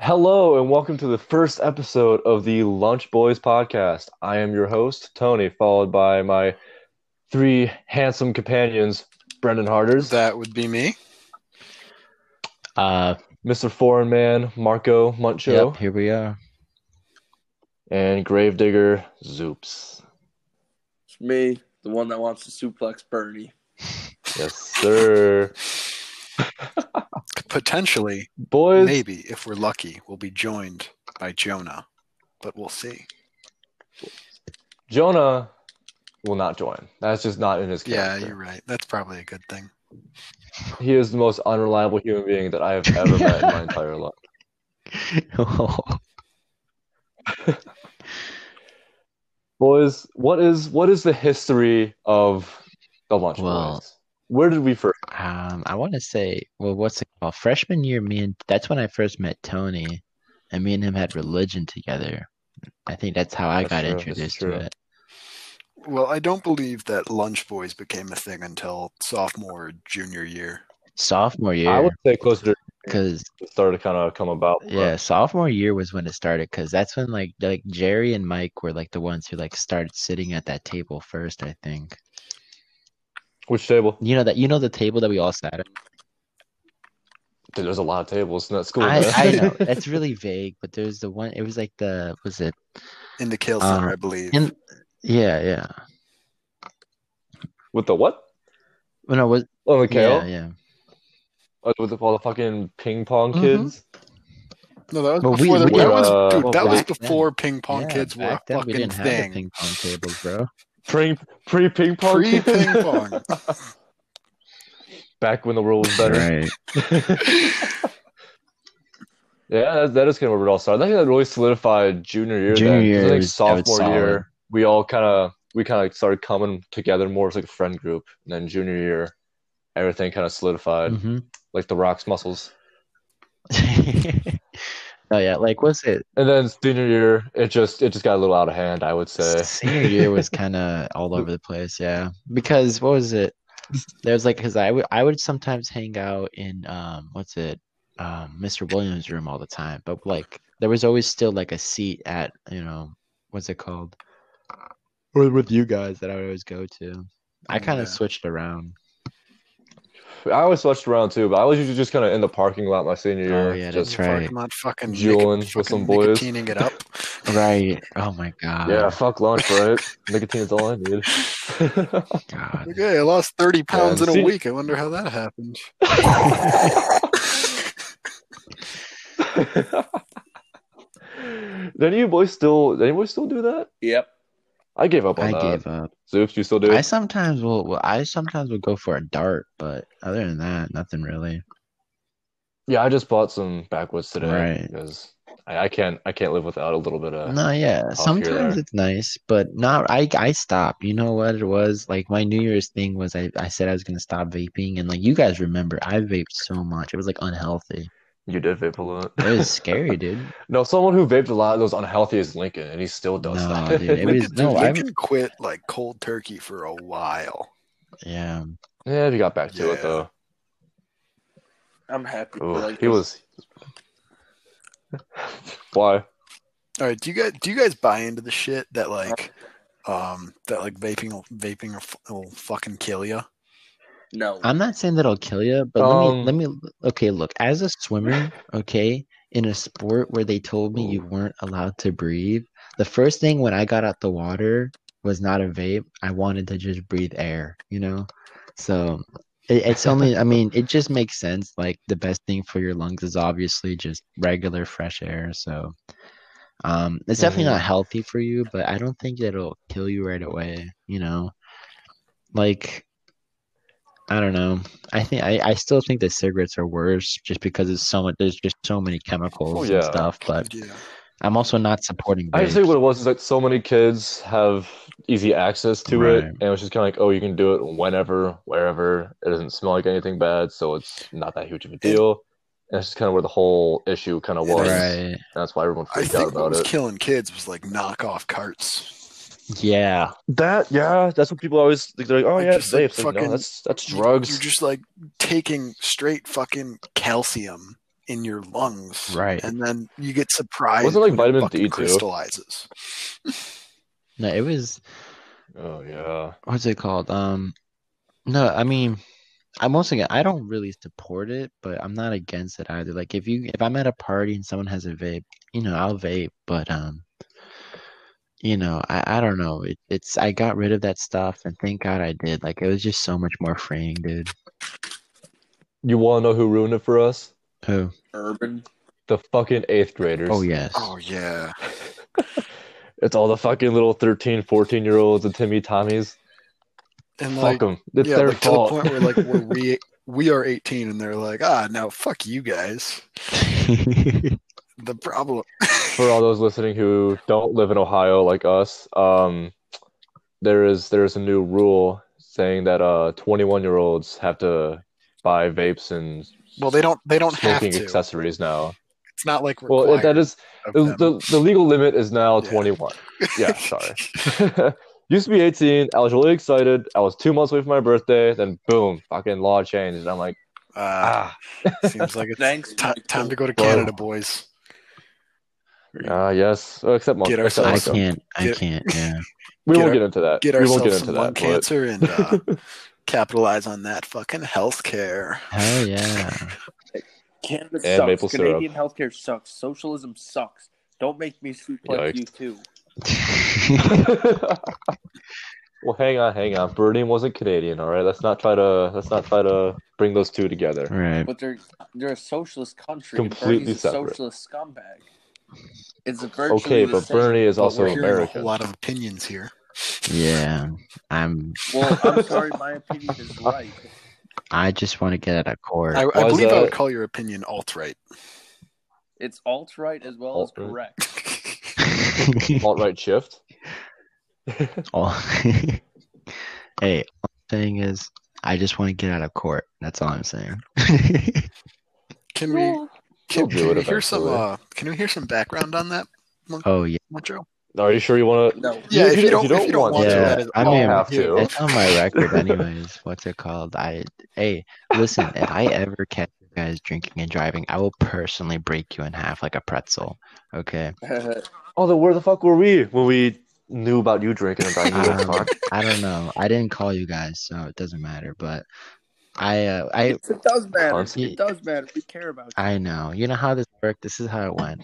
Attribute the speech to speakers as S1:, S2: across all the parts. S1: Hello and welcome to the first episode of the Lunch Boys podcast. I am your host, Tony, followed by my three handsome companions, Brendan Harders,
S2: That would be me.
S3: Uh,
S1: Mr. Foreign Man, Marco Muncho,
S3: yep, here we are.
S1: and Gravedigger Zoops.
S4: It's me, the one that wants to suplex Bernie.
S1: Yes, sir.
S2: Potentially,
S1: Boys,
S2: maybe if we're lucky, we'll be joined by Jonah, but we'll see.
S1: Jonah will not join. That's just not in his
S2: Yeah,
S1: character.
S2: you're right. That's probably a good thing.
S1: He is the most unreliable human being that I have ever met in my entire life.
S3: Um,
S1: Boys, what is what is the history of the Lunch
S3: Well-
S1: Boys? Where did we first
S3: um, I want to say, well, what's it called? Freshman year, me and that's when I first met Tony, and me and him had religion together. I think that's how I
S1: That's
S3: got
S1: true, that's
S3: introduced
S1: true.
S3: to it.
S2: Well, I don't believe that Lunch Boys became a thing until sophomore or junior year.
S3: Sophomore
S1: I
S3: year,
S1: would say closer to
S3: because
S1: it started to kind of come about. but
S3: yeah, sophomore year was when it started. Because that's when like like Jerry and Mike were like the ones who like started sitting at that table first. I think
S1: Which table?
S3: you know that you know the table that we all sat at.
S1: Dude, there's a lot of tables in that school.
S3: I,
S1: man.
S3: I know that's really vague, but there's the one. It was like the was it
S2: In the Kale Center,
S3: Um,
S2: I believe.
S3: in yeah yeah.
S1: With the what?
S3: Well, no, was
S1: Oh, the kale?
S3: yeah yeah.
S1: Uh, With the, all the fucking ping pong
S3: Mhm.
S1: kids?
S2: no, that was
S3: Well, we-
S2: before, the,
S3: we
S2: that
S1: were,
S2: was,
S1: uh,
S2: dude, that was
S3: back then.
S2: before ping pong
S3: Yeah,
S2: kids were a
S3: back then we
S2: fucking
S3: didn't have the
S2: thing.
S3: ping pong tables, bro.
S1: Pre Pre ping pong?
S2: Pre
S1: kids?
S2: ping pong.
S1: Back when the world was better. Yeah, that, that is kind of where it all started. I think that really solidified junior year.
S3: Junior
S1: then. 'Cause I
S3: year
S1: think
S3: was- that was
S1: sophomore
S3: solid.
S1: year, we all kind of we kind of started coming together more as like a friend group. And then junior year, everything kind of solidified,
S3: hmm
S1: like the rocks muscles.
S3: oh yeah, like was it
S1: And then senior year, it just it just got a little out of hand. I would say.
S3: senior year was kind of all over the place, yeah. Because what was it? There was like because I would I would sometimes hang out in um what's it um Mr. Williams' room all the time, but like there was always still like a seat at you know what's it called or with you guys that I would always go to. I kind
S2: Yeah.
S3: of switched around.
S1: I always watched around too, but I was usually just kind of in the parking lot my senior year.
S3: Oh, yeah, that's
S1: just,
S3: right.
S2: Parking lot fucking,
S1: Juuling
S2: nicot-
S1: with some
S2: fucking
S1: boys.
S2: nicotining it up.
S3: Right. Oh my god.
S1: Yeah, fuck lunch, right? Nicotine is all I need.
S3: God.
S2: Okay, I lost 30 pounds in
S1: see-
S2: a week. I wonder how that happened.
S1: Did any of you boys still? Did any boys still do that?
S4: Yep.
S1: I gave up on
S3: I
S1: that.
S3: gave up.
S1: Zoops, you still uh, do?
S3: I sometimes will. will- I sometimes will go for a dart, but other than that, nothing really.
S1: yeah, I just bought some backwoods today
S3: Right.
S1: because I, I can't. I can't live without a little bit of.
S3: no, yeah. Sometimes
S1: there.
S3: it's nice, but not. I I stopped. You know what it was? Like my New Year's thing was I I said I was gonna stop vaping, and like you guys remember, I vaped so much. It was like unhealthy.
S1: You did vape a lot.
S3: It was scary, dude.
S1: no, someone who vaped a lot that was unhealthy is Lincoln, and he still does
S3: No,
S1: that.
S3: dude, it was
S2: Lincoln,
S3: no. Oh, I
S2: Lincoln quit like cold turkey for a while.
S3: yeah.
S1: yeah, he got back to it
S2: Yeah.
S1: though.
S4: I'm happy. for
S1: Ooh,
S4: like
S1: he
S4: this.
S1: was. Why?
S2: All right, do you guys do you guys buy into the shit that like um that like vaping will- vaping will, f- will fucking kill you?
S4: no.
S3: I'm not saying that'll kill you, but
S1: Um,
S3: let me let me okay, look, as a swimmer, okay, in a sport where they told me you weren't allowed to breathe, the first thing when I got out the water was not a vape. I wanted to just breathe air, you know? So it, it's only I mean, it just makes sense. Like the best thing for your lungs is obviously just regular fresh air. So um it's definitely
S1: Mhm.
S3: not healthy for you, but I don't think it'll kill you right away, you know. Like I don't know. I think I, I still think that cigarettes are worse just because it's so much there's just so many chemicals
S1: Oh,
S3: and
S1: yeah.
S3: stuff, but
S2: Yeah.
S3: I'm also not supporting
S1: I just think
S3: vapes.
S1: what it was is like so many kids have easy access to it,
S3: Right.
S1: and it's just kind of like, oh, you can do it whenever, wherever. It doesn't smell like anything bad, so it's not that huge of a deal. And that's just kind of where the whole issue kind of
S2: It
S1: was.
S2: was.
S1: And
S3: Right.
S1: that's why everyone
S2: I
S1: freaked out
S2: think what
S1: about
S2: was
S1: it.
S2: killing kids was like knockoff carts.
S3: Yeah.
S1: That, yeah, that's what people always think. They're like, oh,
S2: Like,
S1: yeah,
S2: just, like,
S1: vapes. Like, no,
S2: fucking-
S1: that's that's
S2: You-
S1: drugs.
S2: You're just like taking straight fucking calcium in your lungs,
S3: Right.
S2: And then you get surprised.
S1: Wasn't it like
S2: when
S1: vitamin
S2: fucking
S1: D, too?
S2: crystallizes.
S3: No, it was
S1: Oh yeah.
S3: what's it called? Um, no, I mean, I'm once again, I don't really support it, but I'm not against it either. Like if you, if I'm at a party and someone has a vape, you know, I'll vape, but um, you know, I, I don't know. It, it's I got rid of that stuff, and thank God I did. Like it was just so much more freeing, dude.
S1: You want to know who ruined it for us?
S3: Oh,
S4: Urban.
S1: The fucking eighth graders.
S3: oh yes.
S2: Oh yeah,
S1: It's all the fucking little 13, 14 year olds and Timmy Tommies.
S2: and
S1: Fuck
S2: like
S1: them. It's
S2: yeah,
S1: their
S2: like,
S1: fault.
S2: to the point where like where we we are 18 and they're like, ah, no, fuck you guys. The problem.
S1: for all those listening who don't live in Ohio like us, um, there is there is a new rule saying that uh, 21 year olds have to buy vapes and
S2: Well, they don't. They don't have
S1: smoking
S2: to.
S1: accessories now.
S2: It's not like required.
S1: Well, that is
S2: of
S1: the,
S2: them.
S1: the the legal limit is now
S2: Yeah.
S1: 21. Yeah, sorry. Used to be 18. I was really excited. I was two months away from my birthday. Then boom, fucking law changed, and I'm like,
S2: Uh,
S1: ah,
S2: seems like it's
S4: Thanks.
S2: ti- time to go to
S1: Whoa.
S2: Canada, boys.
S1: ah, yes. Oh, except Mon-
S2: Get
S1: except
S3: I
S2: ourselves
S1: Monaco.
S3: can't. I
S2: Get-
S3: can't. Yeah.
S1: We
S2: get
S1: won't
S2: our-
S1: get into that.
S2: Get
S1: we won't
S2: ourselves
S1: get into
S2: some lung
S1: that. but-
S2: cancer and uh, capitalize on that fucking healthcare.
S3: Hell yeah.
S4: Canada
S1: And
S4: sucks.
S1: maple syrup.
S4: Canadian healthcare sucks. Socialism sucks. Don't make me sleep like
S1: Yikes.
S4: you too.
S1: well, hang on, hang on. Birding wasn't Canadian, all right. Let's not try to let's not try to bring those two together.
S3: right.
S4: But they're they're a socialist country.
S1: Completely
S4: and Bernie's a
S1: separate.
S4: socialist scumbag. It's a virtually
S1: Okay,
S4: the
S1: but
S4: same-
S1: Bernie is
S4: but
S1: also
S2: We're hearing a
S1: American.
S2: whole lot of opinions here.
S3: Yeah. I'm.
S4: Well, I'm sorry, my opinion is right.
S3: I just want to get out of court.
S2: I, I
S1: Was,
S2: believe I would
S1: uh,
S2: call your opinion alt right.
S4: It's alt right as well as
S1: Alt-right.
S4: correct.
S1: Alt right shift.
S3: All hey, all I'm saying is I just want to get out of court. That's all I'm saying.
S2: Can we? Can,
S1: You'll do
S2: can
S1: it
S2: we hear some?
S1: eventually.
S2: Uh, can we hear some background on that,
S3: oh yeah,
S2: Montreal?
S1: Are you sure you want to?
S4: No,
S2: Yeah, if you don't- if you don't want
S3: to, that
S1: yeah,
S2: is
S1: I
S3: all
S1: don't have
S2: you
S1: to.
S3: it's on my record, anyways. What's it called? I hey, listen, if I ever catch you guys drinking and driving, I will personally break you in half like a pretzel. Okay,
S1: Although, oh, where the fuck were we when we knew about you drinking and driving
S3: Um,
S1: this car?
S3: I don't know. I didn't call you guys, so it doesn't matter. But I, uh, I,
S4: it does matter.
S1: Cons-
S4: It does matter. We care about you.
S3: I know. You know how this worked. This is how it went.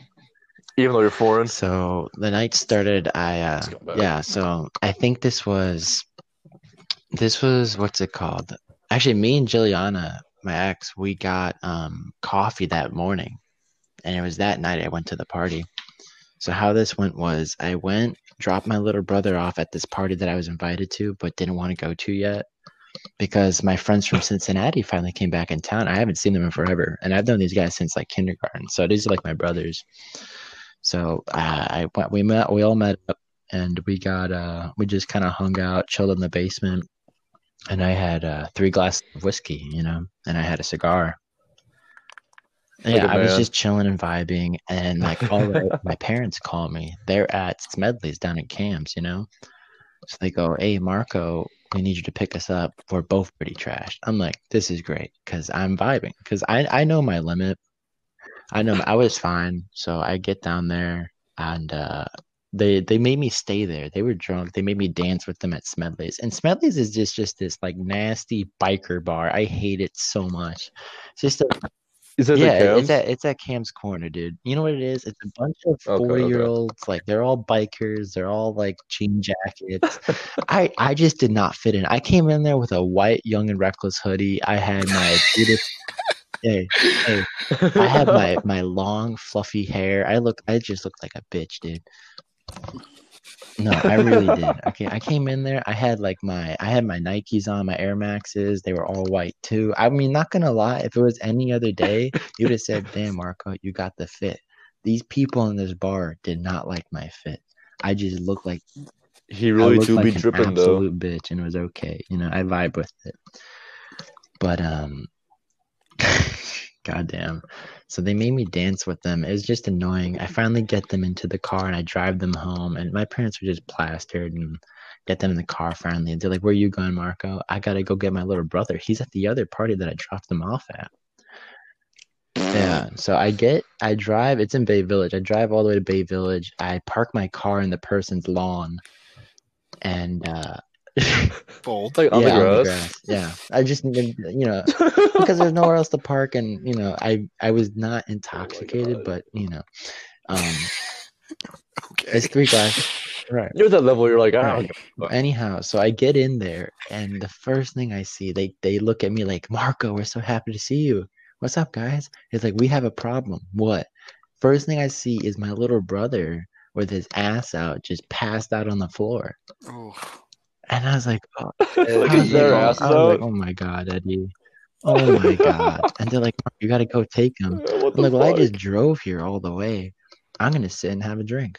S1: Even though you're foreign,
S3: So the night started. I uh,
S1: Let's go back.
S3: yeah. So I think this was this was what's it called? Actually, me and Juliana, my ex, we got um coffee that morning, and it was that night I went to the party. So how this went was I went dropped my little brother off at this party that I was invited to but didn't want to go to yet because my friends from Cincinnati finally came back in town. I haven't seen them in forever, and I've known these guys since like kindergarten. So these are like my brothers. So uh, I went, we met, we all met up, and we got, uh, we just kind of hung out, chilled in the basement, and I had uh, three glasses of whiskey, you know, and I had a cigar. And
S1: Look
S3: yeah,
S1: at
S3: I was
S1: man.
S3: just chilling and vibing, and like all the, my parents call me. They're at Smedley's down at Cam's, you know. So they go, "Hey, Marco, we need you to pick us up. We're both pretty trashed." I'm like, "This is great because I'm vibing because I I know my limit. I know I was fine, so I get down there and uh, they they made me stay there. They were drunk. They made me dance with them at Smedley's, and Smedley's is just just this like nasty biker bar. I hate it so much. It's just a
S1: is it
S3: yeah,
S1: the
S3: it's at it's at Cam's Corner, dude. You know what it is? It's a bunch of
S1: Okay, okay.
S3: four year olds. Like they're all bikers. They're all like jean jackets. I I just did not fit in. I came in there with a white Young and Reckless hoodie. I had my Adidas. Hey,
S1: Cams?
S3: I had my my long fluffy hair. I look. I just looked like a bitch, dude. No, I really did. Okay, I came in there. I had like my I had my Nikes on, my Air Maxes. They were all white too. I mean, not gonna lie, if it was any other day, you would have said, "Damn, Marco, you got the fit." These people in this bar did not like my fit. I just looked like
S1: He
S3: I
S1: really
S3: looked
S1: do
S3: like
S1: be
S3: an
S1: dripping though.
S3: absolute bitch, and it was okay. You know, I vibe with it. But um, goddamn. So they made me dance with them. It was just annoying. I finally get them into the car and I drive them home, and my parents were just plastered and get them in the car finally. And they're like, "Where you going, Marco? I gotta go get my little brother. He's at the other party that I dropped them off at."
S1: Um,
S3: Yeah. So I get, I drive, it's in Bay Village. I drive all the way to Bay Village. I park my car in the person's lawn and, uh,
S2: Bold.
S1: like on
S3: yeah,
S1: the grass.
S3: Yeah. I just, needed, you know, because there's nowhere else to park. And, you know, I, I was not intoxicated,
S1: Oh God.
S3: but, you know, um,
S2: Okay.
S3: it's three glasses. Right.
S1: You're at that level. You're like, "Ah, I don't
S3: Right. Anyhow, so I get in there, and the first thing I see, they they look at me like, Marco, we're so happy to see you. What's up, guys? It's like we have a problem. What? First thing I see is my little brother with his ass out, just passed out on the floor,
S2: Ooh.
S3: and I was like, oh,
S1: know.
S3: I
S1: Like,
S3: was
S1: is their
S3: like, oh-
S1: ass
S3: I was like,
S1: out?
S3: oh my god, Eddie. Oh my god! And they're like, "Marco, you got to go take him.
S1: What
S3: I'm
S1: the
S3: like, well, I
S1: fuck?
S3: just drove here all the way. I'm gonna sit and have a drink.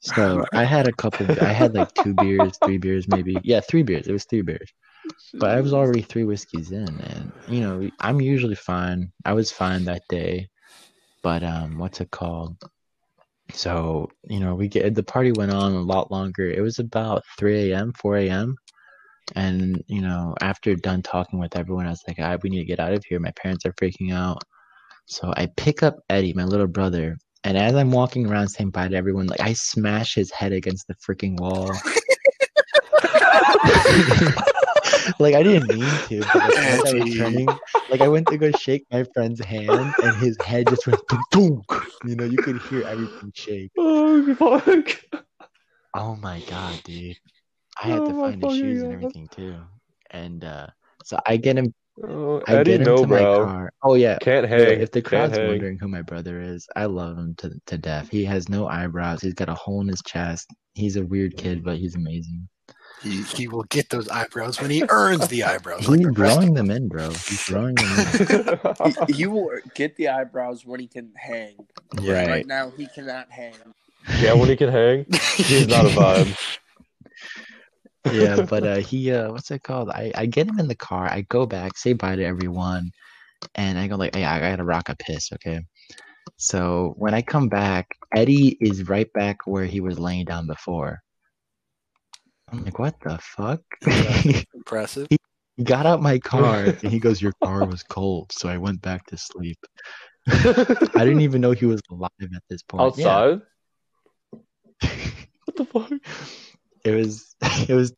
S3: So I had a couple. I had like two beers, three beers, maybe. Yeah, three beers. It was three beers, but I was already three whiskeys in, and you know, I'm usually fine. I was fine that day, but um, what's it called? So you know, we get the party went on a lot longer. It was about three a.m., four a.m. And you know, after done talking with everyone, I was like, "I we need to get out of here. My parents are freaking out." So I pick up Eddie, my little brother, and as I'm walking around saying bye to everyone, like I smash his head against the freaking wall. like I didn't mean to, but like, as I was
S2: Eddie.
S3: turning, like I went to go shake my friend's hand, and his head just went boom. You know, you could hear everything shake.
S1: Oh fuck!
S3: Oh my god, dude! I had
S1: Oh
S3: to
S1: my
S3: find his shoes
S1: fucking
S3: and
S1: God.
S3: everything too, and uh, so I get him.
S1: Oh,
S3: I
S1: Eddie,
S3: get him
S1: no,
S3: to my
S1: bro.
S3: car. Oh yeah,
S1: Can't
S3: Yo,
S1: hang.
S3: if the
S1: can't
S3: crowd's
S1: hang.
S3: wondering who my brother is, I love him to, to death. He has no eyebrows. He's got a hole in his chest. He's a weird kid, but he's amazing.
S2: He, he will get those eyebrows when he earns the eyebrows.
S3: He's
S2: Like the rest.
S3: drawing them in, bro. He's drawing them
S4: He, he will get the eyebrows when he can hang.
S3: in.
S4: Right,
S3: Right.
S4: now, he cannot hang.
S1: yeah, when he can hang, he's not a vibe.
S3: yeah, but uh, he, uh, what's it called? I, I get him in the car. I go back, say bye to everyone, and I go like, hey, I gotta rock a piss, okay? So when I come back, Eddie is right back where he was laying down before. I'm like, what the fuck?
S2: Impressive.
S3: He got out my car and he goes, Your car was cold. So I went back to sleep. I didn't even know he was alive at this
S2: Oh,
S3: point. Yeah.
S1: Outside. What the fuck?
S3: It was it was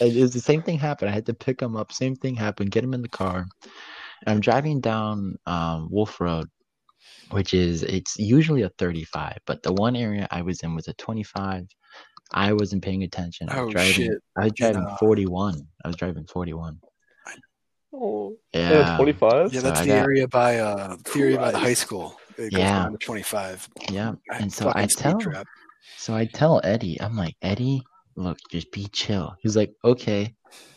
S3: it was the same thing happened. I had to pick him up, same thing happened, get him in the car. And I'm driving down um, Wolf Road, which is it's usually a 35, but the one area I was in was a 25. I wasn't paying attention. I was
S2: Oh,
S3: driving
S2: shit.
S3: I was driving
S2: uh,
S3: 41. I was driving 41.
S1: Oh,
S3: Yeah.
S1: twenty-five.
S2: Yeah,
S3: So
S2: that's
S3: I
S2: the
S3: got-
S2: area by uh theory by the high school. It goes
S3: Yeah.
S2: down to twenty five.
S3: Yeah. And so I tell
S2: trap.
S3: So I tell Eddie, I'm like, Eddie, look, just be chill. He's like, okay.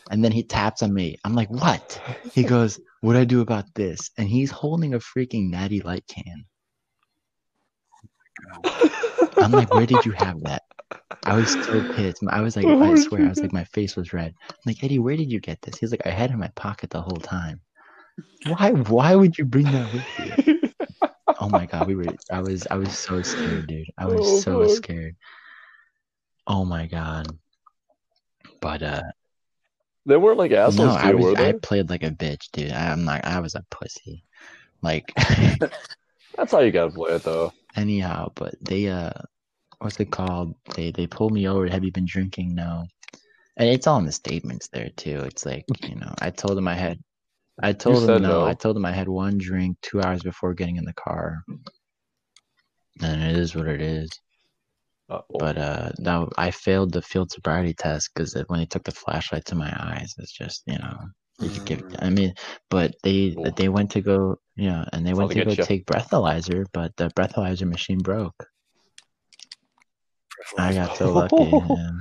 S3: And then he taps on me. I'm like, what? He goes, what do I do about this? And he's holding a freaking natty light can. I'm like, where did you have that? I was so pissed. I was like, I swear, I was like, my face was red. I'm like, Eddie, where did you get this? He's like, I had it in my pocket the whole time. Why why would you bring that with you? Oh my god, we were. I was. I was so scared, dude. I was
S1: Oh,
S3: so
S1: fuck.
S3: scared. Oh my god. But uh,
S1: they weren't like assholes,
S3: no,
S1: to
S3: I
S1: you,
S3: was.
S1: were they?
S3: I played like a bitch, dude. I, I'm like, I was a pussy. Like,
S1: That's how you gotta play it, though.
S3: anyhow, but they uh, what's it called? They they pulled me over. Have you been drinking? No. And it's all in the statements there too. It's like you know, I told them I had. I told
S1: said
S3: them no.
S1: no.
S3: I told them I had one drink two hours before getting in the car. And it is what it is.
S1: Uh,
S3: but uh now i failed the field sobriety test because when they took the flashlight to my eyes it's just you know you could give i mean but they
S1: Oof.
S3: they went to go you know and they went
S1: Mm. Sounds
S3: to
S1: like
S3: go
S1: a chip.
S3: take breathalyzer but the breathalyzer machine broke i got so lucky yeah.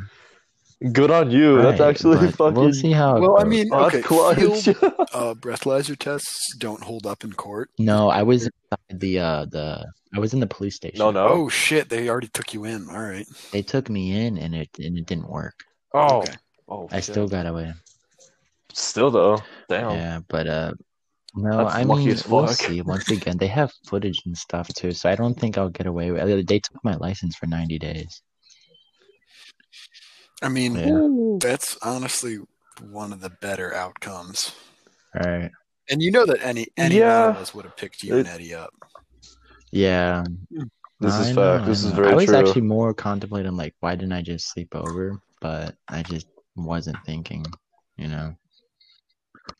S1: good on you. That's
S3: Right,
S1: actually
S3: but
S1: fucking.
S3: we'll see how it
S2: Well, I
S3: goes.
S2: mean,
S1: Oh,
S2: okay,
S1: that's clutch.
S2: field, uh, breathalyzer tests don't hold up in court.
S3: no i was inside the uh the i was in the police station
S1: no, no.
S2: Oh shit, they already took you in. All right.
S3: they took me in and it and it didn't work
S1: Oh.
S2: Okay.
S1: Oh,
S3: i
S1: shit.
S3: still got away
S1: Still though. Damn.
S3: Yeah, but uh, no,
S1: That's
S3: I
S1: lucky
S3: mean,
S1: as
S3: we'll
S1: fuck.
S3: see. Once again, they have footage and stuff too, so I don't think I'll get away with it. They took my license for 90 days.
S2: I mean,
S3: Yeah.
S2: that's honestly one of the better outcomes.
S3: Right.
S2: And you know that any any
S1: Yeah.
S2: one of us would have picked you and Eddie up.
S3: Yeah,
S1: This
S3: I
S1: is
S3: know,
S1: fact.
S3: I
S1: This is
S3: know.
S1: very
S3: I was
S1: true.
S3: actually more contemplating like, why didn't I just sleep over? But I just wasn't thinking. You know,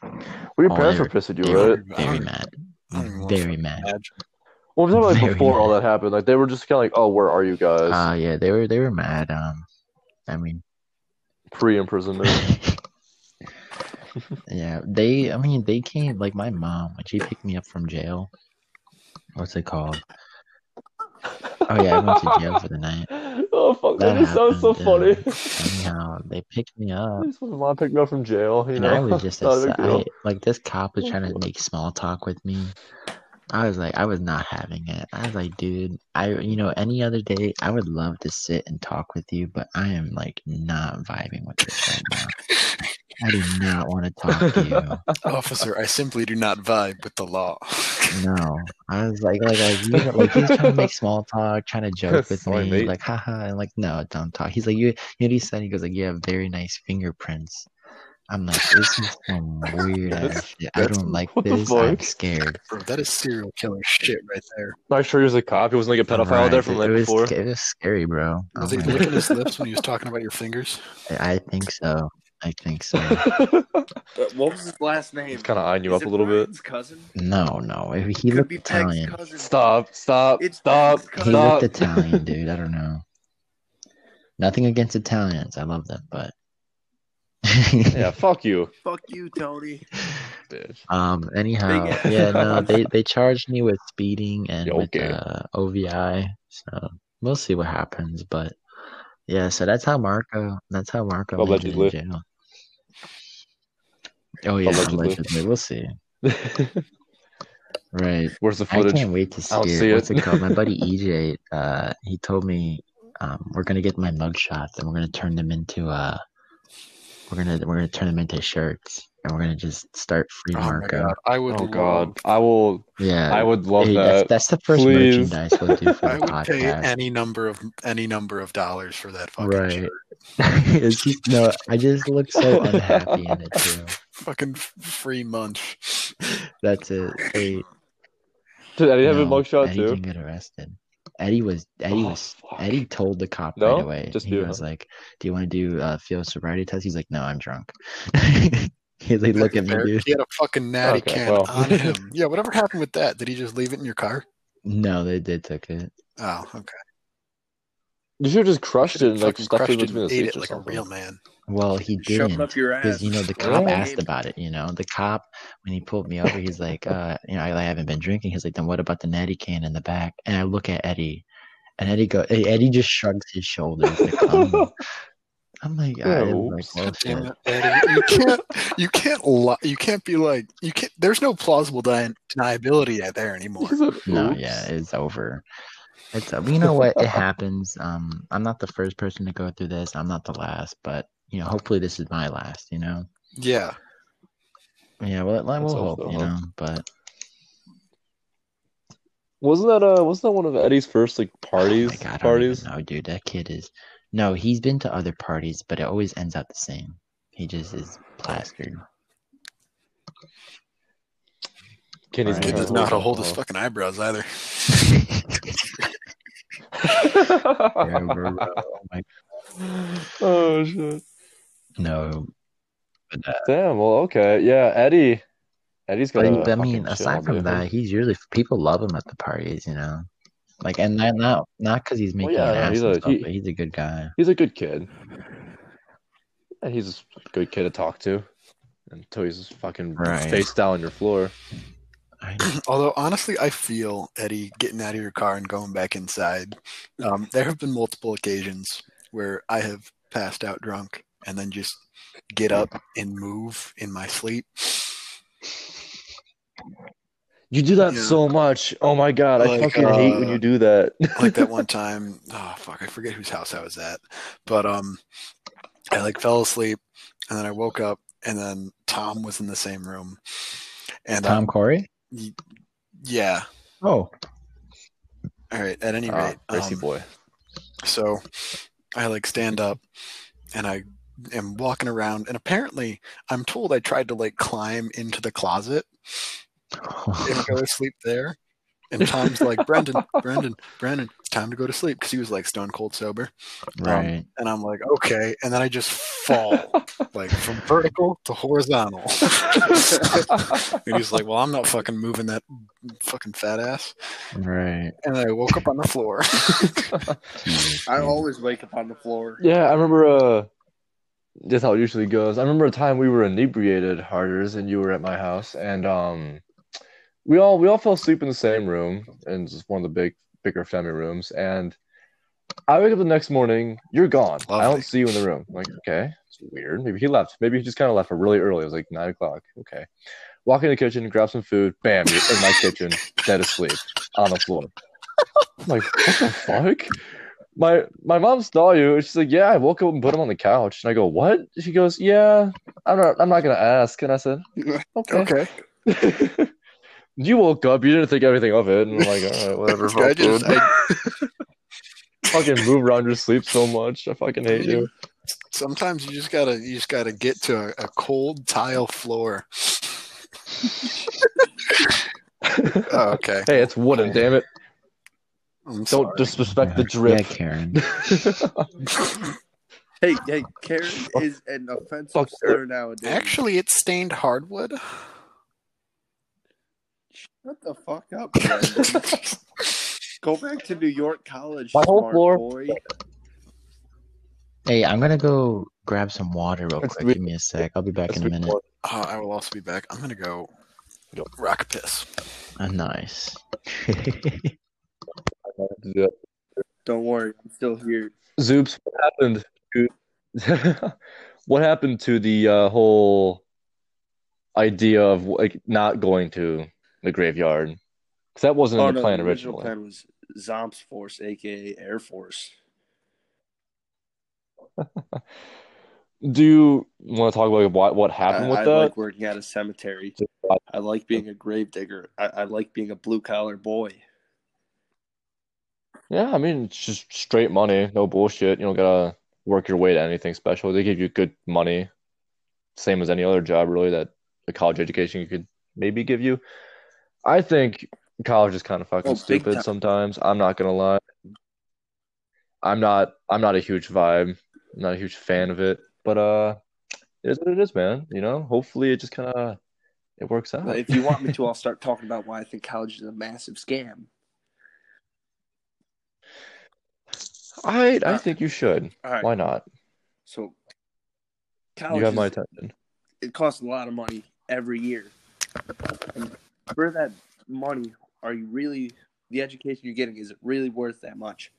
S1: Well, your
S3: Oh,
S1: parents
S3: they
S1: were pissed at you,
S3: they
S1: right?
S3: were very
S2: I
S3: mad,
S2: I don't even wanna
S3: very
S2: fucking
S3: mad.
S2: imagine.
S1: Well, I'm talking like
S3: Very
S1: before all
S3: mad.
S1: that happened. Like they were just kind of like, "Oh, where are you guys?"
S3: Uh yeah, they were they were mad. Um, I mean,
S1: Pre-imprisonment.
S3: yeah, they. I mean, they came like my mom when she picked me up from jail. What's it called? Oh yeah, I went to jail for the night.
S1: oh fuck! That,
S3: That
S1: just sounds so funny.
S3: happened, uh, Anyhow, they picked me up.
S1: This was mom picked me up from jail. You
S3: And
S1: know,
S3: I was just
S1: Not a
S3: a,
S1: big deal.
S3: I, like this cop was trying to make small talk with me. I was like, I was not having it. I was like, dude, I you know, any other day I would love to sit and talk with you, but I am like not vibing with this right now. I do not want to talk to you.
S2: Officer, I simply do not vibe with the law.
S3: No, I was like, like, like, you know, like he's trying to make small talk, trying to joke with
S1: Sorry,
S3: me,
S1: mate.
S3: like, haha, and like, no, don't talk. He's like, you, you know what he said? He goes like, you have very nice fingerprints. I'm like, this is some weird ass shit. I
S1: that's-
S3: don't like
S1: what the
S3: this. I'm
S1: fuck?
S3: scared.
S2: Bro, that is serial killer shit right there.
S1: Not sure he was a cop. He wasn't like a pedophile
S3: Right,
S1: there from
S3: it
S1: like
S3: was,
S1: before.
S3: It was scary, bro. Oh
S2: Was he
S3: my
S2: licking his lips when he was talking about your fingers?
S3: God. I think so. I think so.
S4: Uh, What was his last name?
S1: He's kind of eyeing you
S4: Is
S1: up a
S4: it
S1: little bit.
S4: Brian's cousin?
S3: no, no. If he
S4: Could
S3: looked
S4: be Peg's
S3: Italian.
S4: cousin.
S1: Stop! Stop!
S4: It's-
S1: stop!
S4: it's-
S3: He
S1: Stop!
S3: looked Italian, dude. I don't know. Nothing against Italians. I love them, but
S1: yeah, fuck you,
S4: Fuck you, Tony.
S1: bitch.
S3: Um. Anyhow,
S4: Big ass.
S3: yeah. No, they they charged me with speeding and
S1: Yeah,
S3: with
S1: okay.
S3: uh, OVI. So we'll see what happens. But yeah, so that's how Marco. That's how Marco landed
S1: Allegedly.
S3: in jail. Oh yeah,
S1: Allegedly.
S3: allegedly. We'll see. Right.
S1: Where's the
S3: I
S1: footage?
S3: can't wait to see,
S1: I don't
S3: it.
S1: see
S3: What's
S1: it.
S3: it called? My buddy EJ, uh, he told me um, we're gonna get my mug shots and we're gonna turn them into uh, we're gonna we're gonna turn them into shirts and we're gonna just start free
S2: Oh my
S3: Marco.
S2: god. I would
S1: Oh
S2: love-
S1: God! I will.
S3: Yeah,
S1: I would love
S3: Hey,
S1: that.
S3: Uh, That's, that's the first
S1: Please.
S3: merchandise we'll do for
S2: I
S3: the
S2: would pay
S3: podcast.
S2: any number of any number of dollars for that fucking
S3: Right.
S2: shirt.
S3: It's just- no, I just look so unhappy in it too.
S2: Fucking f- free munch.
S3: That's it. Hey,
S1: Did Eddie have a
S3: no,
S1: mugshot
S3: Eddie
S1: too?
S3: didn't get arrested. Eddie was Eddie
S1: Oh,
S3: was
S1: fuck.
S3: Eddie told the cop
S1: No?
S3: right away.
S1: Just
S3: he
S1: you,
S3: was
S1: huh?
S3: like, "Do you want to do uh, field sobriety test?" He's like, "No, I'm drunk." He's like, "Look at me,
S2: There-
S3: dude."
S2: He had a fucking natty
S1: Okay,
S2: can
S1: well.
S2: on him. Yeah, whatever happened with that? Did he just leave it in your car?
S3: No, they did took it.
S2: Oh, okay.
S1: You should have just crushed it and like
S2: Fucking
S1: stuffed it
S2: crushed
S1: between the
S2: and ate it
S1: seats or
S2: like a
S1: something.
S2: real man.
S3: Well, he
S4: Shove
S3: didn't.
S4: it up your ass.
S3: because you know the cop
S1: Really?
S3: asked about it. You know the cop when he pulled me over, he's like, uh, you know, I, I haven't been drinking. He's like, then what about the natty can in the back? And I look at Eddie, and Eddie go, hey, Eddie just shrugs his shoulders. Like, um, I'm like,
S1: Yeah,
S3: I am like,
S1: oops.
S3: well,
S2: Damn
S3: shit.
S2: it, Eddie. You can't, you can't, li- you can't be like, you can't. There's no plausible deni- deniability out there anymore.
S1: Is it-
S3: no,
S1: oops.
S3: yeah, it's over. It's over. you know what it happens. Um, I'm not the first person to go through this. I'm not the last, but you know, hopefully this is my last. You know,
S2: Yeah,
S3: yeah. Well, I
S1: Let's
S3: will
S1: hope so,
S3: hope. you
S1: huh?
S3: know, but
S1: Wasn't that uh? Wasn't that one of Eddie's first like parties?
S3: Oh my God,
S1: parties.
S3: No, dude, that kid is. No, he's been to other parties, but it always ends out the same. He just is plastered.
S1: Kenny's
S3: Right.
S2: he
S3: He
S2: does
S3: does
S2: not hold his fucking eyebrows either.
S3: Yeah, bro, bro. Oh my-
S1: oh shit!
S3: no,
S1: Damn. Well, okay. Yeah, Eddie. Eddie's
S3: but
S1: gonna.
S3: I
S1: fucking
S3: mean,
S1: shit
S3: aside
S1: on
S3: from
S1: you.
S3: that, he's usually people love him at the parties, you know. Like, and not not not because he's
S1: Well,
S3: making
S1: yeah,
S3: an
S1: no,
S3: ass
S1: he's
S3: and
S1: a-
S3: stuff,
S1: he-
S3: but he's a good guy.
S1: he's a good kid. And he's a good kid to talk to until he's just fucking
S3: Right.
S1: face down on your floor.
S3: I,
S2: Although honestly, I feel Eddie getting out of your car and going back inside. Um, there have been multiple occasions where I have passed out drunk and then just get up and move in my sleep.
S1: You do that
S2: Yeah.
S1: so much. Oh my god, I
S2: Like,
S1: fucking hate when
S2: uh,
S1: you do that.
S2: like that one time oh fuck i forget whose house i was at but um i like fell asleep and then i woke up and then tom was in the same room and
S3: Tom
S2: um,
S3: Corey.
S2: yeah
S3: Oh,
S2: all right at any um,
S1: Ah,
S2: rate
S1: racy
S2: um,
S1: boy.
S2: so i like stand up and i am walking around, and apparently, I'm told I tried to like climb into the closet and go to sleep there. And Tom's like, Brendan, Brendan, Brendan, it's time to go to sleep because he was like stone cold sober.
S3: right.
S2: And I'm like, okay. And then I just fall like from vertical to horizontal. and he's like, well, I'm not fucking moving that fucking fat ass.
S3: Right.
S2: And I woke up on the floor.
S3: Jesus,
S4: I
S3: dude.
S4: always wake up on the floor.
S1: Yeah, I remember. Uh, that's how it usually goes. I remember a time we were inebriated, Harders, and you were at my house, and um, we all we all fell asleep in the same room, and it's one of the big bigger family rooms. And I wake up the next morning, you're gone. I
S2: Lovely.
S1: don't see you in the room. I'm like, okay, it's weird. Maybe he left. Maybe he just kind of left really early. It was like nine o'clock. Okay, walk in the kitchen, grab some food. Bam, you're in my kitchen, dead asleep on the floor. I'm like, what the fuck? my my mom saw you and she's like, Yeah, I woke up and put him on the couch. And I go, What? She goes, Yeah, I'm not I'm not gonna ask. And I said, Okay.
S2: okay.
S1: you woke up, you didn't think anything of it, and I'm like, all right, whatever.
S2: So I
S1: fuck, dude.
S2: just, I,
S1: fucking move around your sleep so much. I fucking hate you.
S2: sometimes you just gotta, you just gotta get to a, a cold tile floor. oh, okay.
S1: Hey, it's wooden, damn it.
S2: I'm
S1: Don't
S2: sorry.
S1: disrespect the
S3: Yeah. Yeah,
S1: drip.
S3: Karen.
S4: Hey, hey, Karen is an offensive
S1: Fuck.
S4: slur nowadays.
S2: Actually, it's stained hardwood.
S4: Shut the fuck up,
S2: Uh,
S4: Brandon. Go back to New York College,
S1: My whole
S4: smart
S1: floor-
S4: boy.
S3: Hey, I'm gonna go grab some water real
S1: That's
S3: quick.
S1: weird.
S3: Give me a sec. I'll be back
S1: That's
S3: in a minute.
S1: what-
S2: Uh, I will also be back. I'm gonna go rock a piss.
S3: Uh, nice.
S1: I don't have to do it.
S4: Don't worry, I'm still here.
S1: Zoops, what happened to what happened to the uh, whole idea of like not going to the graveyard? Because that wasn't
S4: Oh,
S1: in the plan originally.
S4: plan was Zomps Force, aka Air Force.
S1: Do you want to talk about what what happened
S4: I,
S1: with
S4: I
S1: that?
S4: like working at a cemetery. I like being a grave digger. I, I like being a blue collar boy.
S1: yeah, I mean, it's just straight money, no bullshit. You don't gotta work your way to anything special. They give you good money, same as any other job, really, that a college education could maybe give you. I think college is kind of fucking
S4: Oh, big
S1: stupid
S4: time.
S1: sometimes. I'm not gonna lie. I'm not. I'm not a huge vibe. I'm not a huge fan of it. But uh, it is what it is, man. You know. Hopefully, it just kind of it works out.
S4: But if you want me to, I'll start talking about why I think college is a massive scam.
S1: I I think you should.
S4: All right,
S1: Why not?
S4: so
S1: You have
S4: college
S1: my
S4: is,
S1: attention.
S4: it costs a lot of money every year. And for that money, are you really the education you're getting? Is it really worth that much?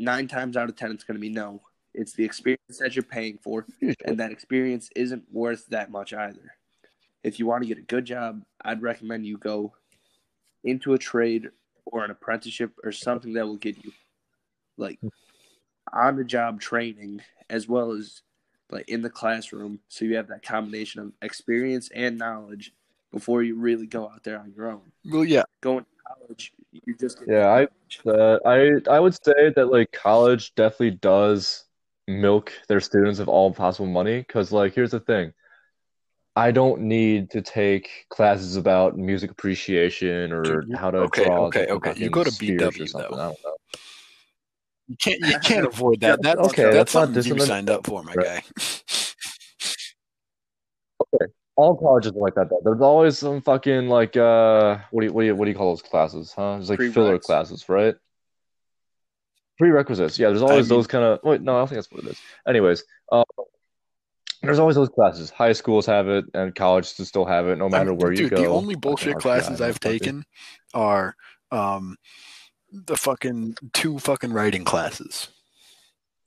S4: Nine times out of ten, it's going to be no. It's the experience that you're paying for, and that experience isn't worth that much either. If you want to get a good job, I'd recommend you go into a trade or an apprenticeship or something that will get you like
S1: Hmm.
S4: on the job training as well as like in the classroom so you have that combination of experience and knowledge before you really go out there on your own.
S2: Well, yeah.
S4: Going to college, you just get
S1: Yeah, I- Uh, I I would say that like college definitely does milk their students of all possible money because like here's the thing. I don't need to take classes about music appreciation or
S2: Dude, you-
S1: how to
S2: okay,
S1: draw
S2: okay,
S1: the
S2: okay. You
S1: fucking
S2: go to
S1: spheres
S2: BW
S1: or something.
S2: though.
S1: I don't know.
S2: You can't. You can't avoid that. That's
S1: Okay,
S2: That's
S1: that's not
S2: something you
S1: dissimilar.
S2: signed up for, my guy.
S1: All colleges are like that though. There's always some fucking like uh what do you what do you what do you call those classes, huh? There's like filler
S4: Prereqs.
S1: classes, right? Prerequisites. Yeah, there's always
S2: mean-
S1: those kind of wait, no, I don't think that's what it is. Anyways, uh, there's always those classes. High schools have it and colleges still have it, no matter
S2: I'm-
S1: where you
S2: dude,
S1: go.
S2: the only
S1: Fucking
S2: bullshit
S1: RPI,
S2: classes I've
S1: motherfucker.
S2: taken are um, the fucking two fucking writing classes.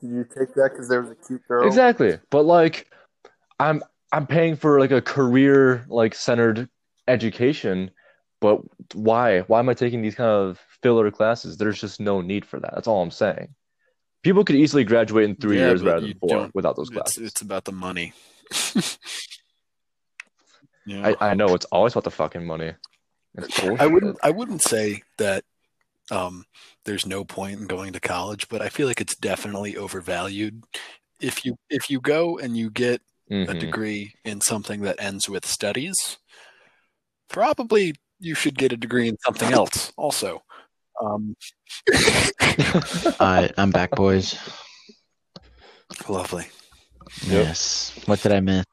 S4: Did you take that because there was a cute girl?
S1: Exactly. But like I'm I'm paying for like a career like centered education, but why? Why am I taking these kind of filler classes? There's just no need for that. That's all I'm saying. People could easily graduate in three
S2: Yeah,
S1: years
S2: but
S1: rather
S2: you
S1: than four
S2: don't-
S1: without those
S2: It's,
S1: classes.
S2: it's about the money. yeah.
S1: I, I know it's always about the fucking money. It's
S2: I
S1: bullshit.
S2: wouldn't. I wouldn't say that um, there's no point in going to college, but I feel like it's definitely overvalued. if you if you go and you get a
S1: Mhm.
S2: degree in something that ends with studies, probably you should get a degree in something else also. Um,
S3: Alright, I'm back, boys.
S2: Lovely.
S1: Yep.
S3: Yes. What did I miss?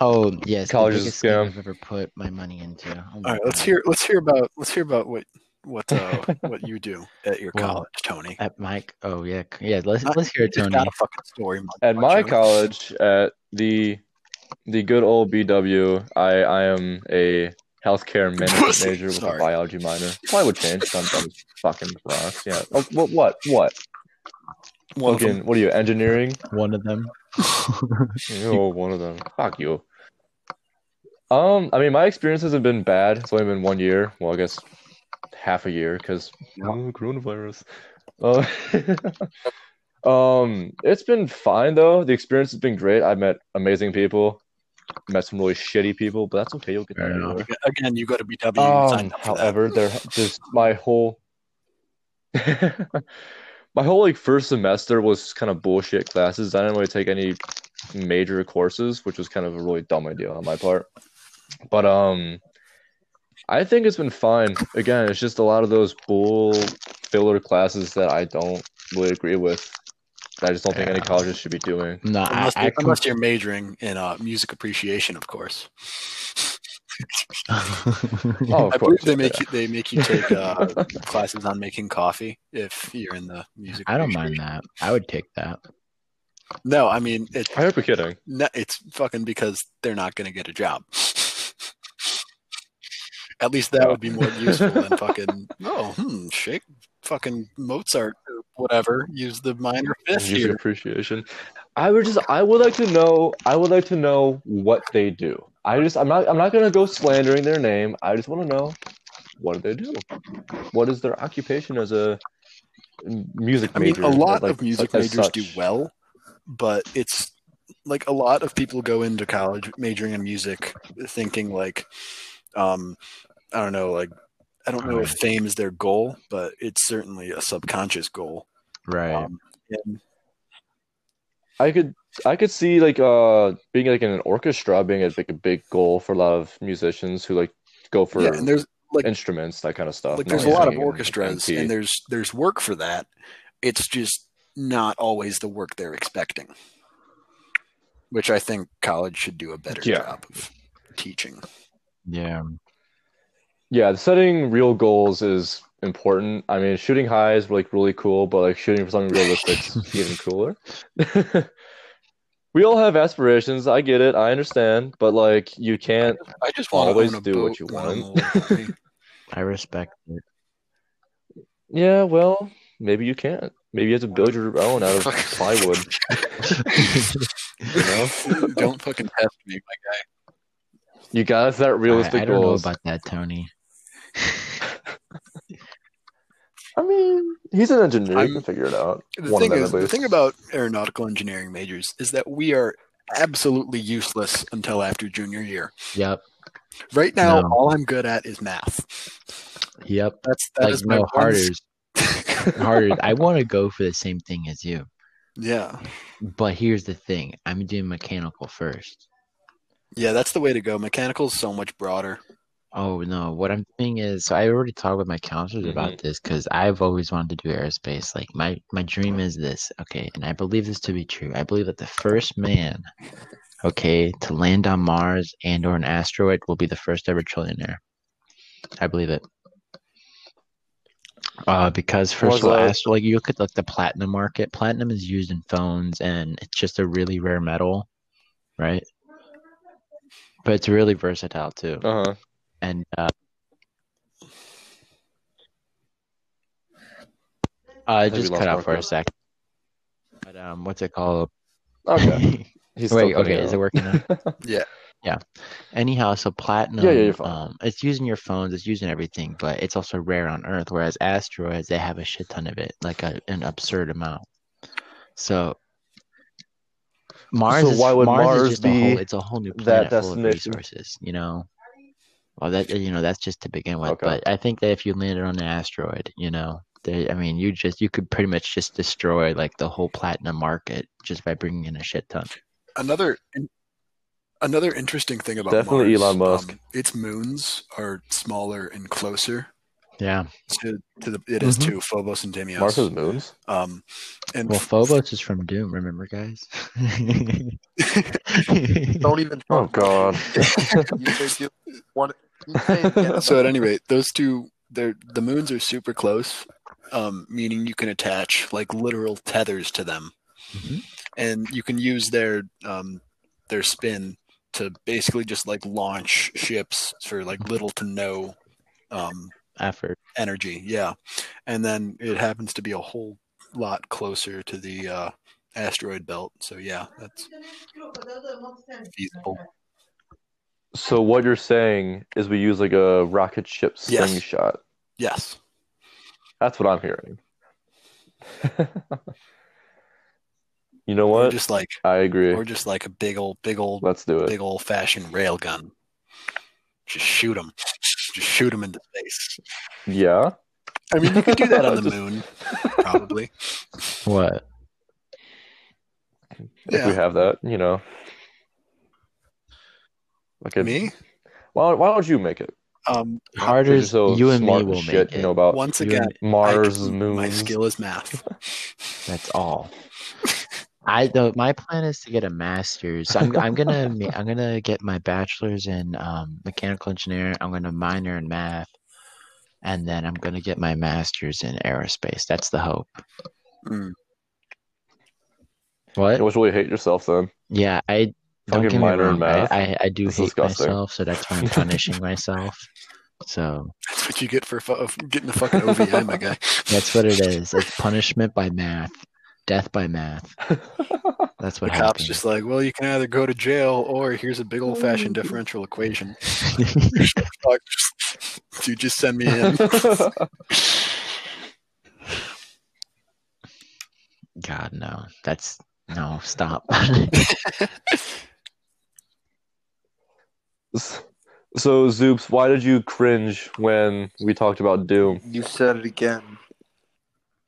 S3: Oh yes,
S1: College
S3: the
S1: is a
S3: biggest
S1: scam.
S3: scam I've ever put my money into. Oh my
S2: All right, let's
S3: God.
S2: hear let's hear about let's hear about what what uh, what you do at your
S3: Well,
S2: college, Tony.
S3: At Mike. Oh yeah, c- yeah. Let's
S2: Not-
S3: let's hear it,
S2: It's
S3: Tony.
S2: not a fucking story.
S1: At my
S2: Tony.
S1: college, at the the good old BW, I I am a healthcare management
S2: Pussy.
S1: major with
S2: Sorry.
S1: a biology minor. Probably would change. I'm, I'm fucking wrong. Yeah. Oh, what? What? What?
S2: One of them.
S1: Fucking, what are you? Engineering?
S3: One of them.
S1: Oh, one of them. Fuck you. Um, I mean, my experience hasn't been bad. It's only been one year. Well, I guess half a year because coronavirus. Uh, um, it's been fine though. The experience has been great. I've met amazing people. Met some really shitty people, but that's okay. You'll get
S3: Fair enough.
S1: there.
S2: Again, you go to BW. and
S1: Um,
S2: sign up for that.
S1: however, there just my whole my whole like first semester was kind of bullshit classes. I didn't really take any major courses, which was kind of a really dumb idea on my part. But um, I think it's been fine. Again, it's just a lot of those bull filler classes that I don't really agree with. That I just don't think any
S3: Yeah.
S1: colleges should be doing.
S3: no, I,
S2: unless,
S3: I
S2: you're, unless you're majoring in uh, music appreciation, of course.
S3: com-
S1: Oh, of course,
S2: I believe they
S1: yeah.
S2: make you they make you take uh, classes on making coffee if you're in the music.
S3: I don't mind
S2: appreciation.
S3: that. I would take that.
S2: No, I mean it,
S1: I hope you're kidding.
S2: no, it's fucking because they're not going to get a job. At least that
S1: Oh.
S2: would be more useful than fucking oh hmm, shake fucking Mozart or whatever. Use the minor fifth
S1: music
S2: here.
S1: appreciation. I would just I would like to know I would like to know what they do. I just I'm not I'm not gonna go slandering their name. I just want to know what do they do. What is their occupation as a music
S2: I mean,
S1: major?
S2: a lot
S1: like-
S2: of music
S1: like, as
S2: majors
S1: such.
S2: do well, but it's like a lot of people go into college majoring in music thinking like, um, I don't know, like I don't know if fame is their goal, but it's certainly a subconscious goal.
S3: Right.
S2: Um, and
S1: I could I could see like uh being like in an orchestra being a, like a big goal for a lot of musicians who like go for
S2: yeah, and there's like
S1: instruments that kind of stuff.
S2: like
S1: not
S2: there's a lot of
S1: singing and
S2: orchestras
S1: MP.
S2: and there's there's work for that. It's just not always the work they're expecting. Which I think college should do a better
S1: Yeah.
S2: job of teaching.
S3: yeah.
S1: Yeah, setting real goals is important. I mean, shooting high is like really cool, but like shooting for something realistic is even cooler. we all have aspirations. I get it. I understand, but like you can't.
S2: I just want
S1: Always
S2: to own a
S1: do
S2: boat
S1: what you
S2: when I'm
S1: want.
S2: old, honey.
S3: I respect it.
S1: Yeah, well, maybe you can't. Maybe you have to build your own out of
S2: Fuck.
S1: plywood. You know,
S2: Don't fucking test me, my guy.
S1: you gotta set realistic
S3: I, I don't
S1: goals.
S3: know about that, Tony.
S1: I mean, he's an engineer.
S2: I'm-
S1: He can figure it out.
S2: The
S1: One
S2: thing
S1: of them,
S2: is,
S1: at
S2: the
S1: least.
S2: thing about aeronautical engineering majors is that we are absolutely useless until after junior year.
S3: Yep.
S2: Right now,
S3: No.
S2: all I'm good at is math.
S3: Yep.
S2: That's that
S3: like
S2: is my
S3: no
S2: one
S3: harder.
S2: s-
S3: harder. I want to go for the same thing as you.
S2: Yeah,
S3: But here's the thing. I'm doing mechanical first.
S2: yeah, that's the way to go. Mechanical's so much broader.
S3: Oh no, what I'm doing is so I already talked with my counselors about this because I've always wanted to do aerospace. Like my my dream is this, okay, and I believe this to be true. I believe that the first man, okay, to land on Mars and or an asteroid will be the first ever trillionaire. I believe it. Uh, because
S1: Why's
S3: first of all,
S1: that?
S3: astro- like you look at like the platinum market. Platinum is used in phones, and it's just a really rare metal, right? But it's really versatile too.
S1: Uh huh.
S3: And uh, uh
S1: we
S3: just
S1: lost
S3: cut out for
S1: Marco.
S3: a sec. But um, what's it called?
S1: Okay. He's still
S3: Wait,
S1: cutting
S3: okay, is
S1: out.
S3: it working? now?
S2: Yeah.
S3: Yeah. Anyhow, so platinum,
S1: Yeah, yeah, you're fine.
S3: um, it's using your phones, it's using everything, but it's also rare on Earth. Whereas asteroids, they have a shit ton of it, like a, an absurd amount. So Mars
S1: So
S3: is
S1: why would
S3: Mars,
S1: Mars
S3: is just a whole
S1: be
S3: it's a whole new
S1: that
S3: planet full of
S1: destination?
S3: resources, you know. Well, that you know that's just to begin with,
S1: Okay.
S3: but I think that if you landed on an asteroid, you know, they, I mean, you just you could pretty much just destroy like the whole platinum market just by bringing in a shit ton.
S2: Another another interesting thing about
S1: Definitely
S2: Mars,
S1: Elon Musk.
S2: um, its moons are smaller and closer
S3: Yeah.
S2: to, to the it is
S3: Mhm.
S2: to Phobos and Deimos.
S1: Mm-hmm. Mars has moons.
S2: um, and
S3: Well, Phobos is from Doom, remember, guys?
S4: Don't even.
S1: Oh god.
S4: You think you want? You think yeah,
S2: so at any rate, those two they're the moons are super close, um, meaning you can attach like literal tethers to them,
S1: Mm-hmm.
S3: Mhm.
S2: and you can use their um, their spin to basically just like launch ships for like little to no um,
S3: Effort.
S2: energy. Yeah, and then it happens to be a whole lot closer to the uh, asteroid belt. So yeah, that's feasible.
S1: So what you're saying is we use like a rocket ship
S2: Yes.
S1: slingshot.
S2: Yes.
S1: That's what I'm hearing. you know
S2: Or
S1: what?
S2: just like,
S1: I agree.
S2: or just like a big old, big old
S1: Let's do it.
S2: big old fashioned rail gun. Just shoot them. Just shoot them into space.
S1: Yeah.
S2: I mean, you could do that on the
S1: Just-
S2: moon, probably.
S3: What?
S1: If we
S2: Yeah.
S1: have that, you know. Like a,
S2: Me?
S1: Why, why don't you make it?
S2: Um,
S3: Harder
S1: You're so
S3: you and me
S1: smart
S3: will
S1: shit,
S3: make it.
S1: Oh, You know about
S2: once
S3: you
S2: again,
S3: and-
S2: I-
S1: Mars,
S2: my
S1: moons.
S2: skill is math.
S3: That's all. I though my plan is to get a master's. I'm I'm gonna ma- I'm gonna get my bachelor's in um, mechanical engineering. I'm gonna minor in math, and then I'm gonna get my master's in aerospace. That's the hope.
S2: Mm.
S3: What?
S1: You must really hate yourself then.
S3: Yeah, I don't
S1: Fucking
S3: get me
S1: minor in
S3: wrong. I,
S1: math.
S3: I I do
S1: That's
S3: hate
S1: disgusting.
S3: myself, so that's why I'm punishing myself. So
S2: That's what you get for fu- getting a fucking OVM, my guy.
S3: that's what it is. It's punishment by math, death by math. That's
S2: The
S3: what
S2: cop's
S3: happens.
S2: just like, well, you can either go to jail or here's a big old fashioned differential equation. Fuck. You just send me in.
S3: God no, that's no stop.
S1: so, Zoops, why did you cringe when we talked about Doom?
S4: You said it again.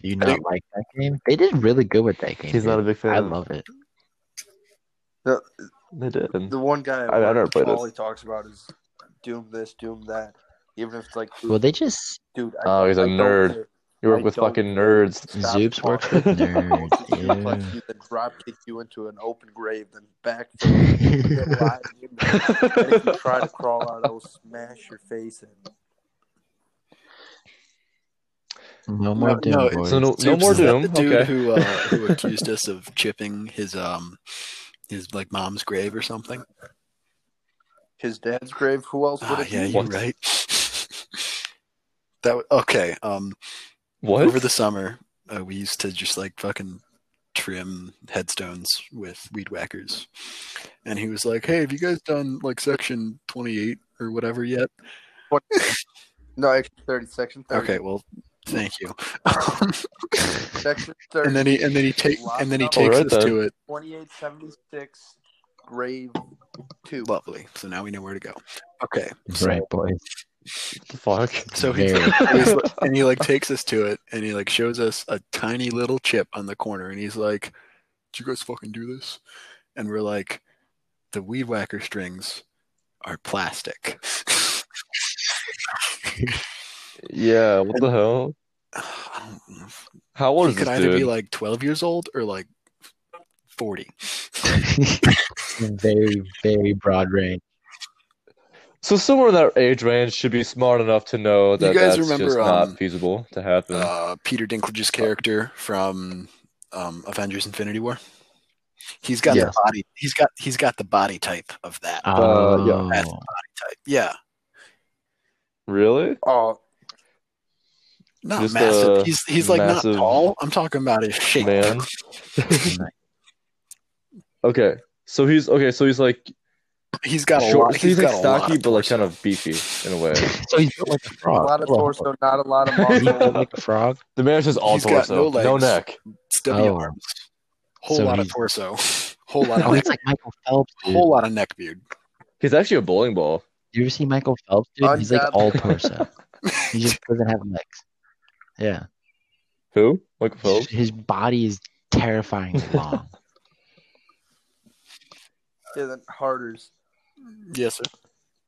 S3: Do you not like that game? They did really good with that game.
S1: He's not a big fan.
S3: I love it.
S1: They did.
S4: The one guy
S1: I- I never
S4: work,
S1: played it.
S4: all he talks about is doom this, doom that. Even if it's like, dude,
S3: Well, they just
S4: dude, I,
S1: Oh, he's a
S4: a
S1: nerd. You work
S4: I
S1: with
S4: don't
S1: fucking
S4: care.
S1: nerds.
S4: Stop
S3: Zoops works with
S1: talking.
S3: nerds.
S4: Suplex
S3: ew.
S4: you, then drop kick you into an open grave, then back. Get
S3: I
S4: alive, you know. And if you try to crawl out, I will smash your face in.
S3: no more
S2: No,
S3: Doom
S2: no,
S3: boys.
S1: so no-
S2: Zoops,
S1: more
S2: is that
S1: Doom?
S2: The dude
S1: Okay.
S2: who uh, who accused us of chipping his um his like mom's grave or something.
S4: his dad's grave. Who else would
S2: Ah,
S4: it
S2: yeah,
S4: be?
S2: you're
S1: What?
S2: right. that w- okay. Um,
S1: what?
S2: over the summer, uh, we used to just like fucking trim headstones with weed whackers, and he was like, "Hey, have you guys done like section 28 or whatever yet?"
S4: No, actually, thirty. Section thirty.
S2: Okay, well, thank you. Um,
S4: Section thirty.
S2: and then he and then he take and then he
S4: All
S2: takes
S1: right
S2: us
S1: then.
S2: to it.
S4: Twenty-eight seventy-six, grave two.
S2: Lovely. So now we know where to go. Okay. so-
S3: right boys.
S1: the fuck?
S2: So he
S3: Very.
S2: he's li- and he like takes us to it and he like shows us a tiny little chip on the corner and he's like, "Did you guys fucking do this?" And we're like, "The weed whacker strings are plastic."
S1: yeah, what the hell?
S2: I don't know.
S1: How old
S2: he
S1: is
S2: could
S1: this
S2: either be
S1: dude?
S2: like 12 years old or like 40.
S3: very very broad range.
S1: so somewhere in that age range should be smart enough to know that
S2: guys
S1: that's
S2: remember,
S1: just not
S2: um,
S1: feasible to happen.
S2: Uh, Peter Dinklage's character from um, Avengers: Infinity War. He's got
S3: Yes.
S2: the body. He's got he's got the body type of that.
S1: Uh, yeah.
S3: Oh,
S2: That's the body type. Yeah.
S1: really?
S4: Oh,
S2: Not
S1: Just
S2: massive.
S1: a
S2: he's he's like
S1: massive
S2: not tall. I'm talking about his shape.
S1: Man. Okay. So he's okay, so he's like
S2: He's got a
S1: short
S2: lot.
S1: so he's, like
S2: got a lot
S1: stocky
S2: of
S1: but like
S2: torso.
S1: kind of beefy in a way.
S3: so he's built like a
S4: a
S3: frog.
S4: lot of
S3: Well,
S4: torso, not a lot of
S3: Is he built
S4: muscle.
S3: like a frog?
S1: The man's just all
S2: He's got
S1: torso,
S2: no
S1: no,
S2: legs.
S1: neck.
S2: stubby
S3: Oh.
S2: arms. Whole
S3: So
S2: lot of
S3: he's-
S2: torso. Whole lot
S3: Oh,
S2: of neck.
S3: he's like Michael Phelps. dude.
S2: Whole lot of neck beard.
S1: He's actually a bowling ball.
S3: You ever see Michael Phelps? Dude? He's like
S4: Undoubtedly.
S3: all torso. he just doesn't have legs. Yeah,
S1: Who? Michael Phelps?
S3: his body is terrifyingly long.
S4: Yeah, then Harders.
S2: yes, sir.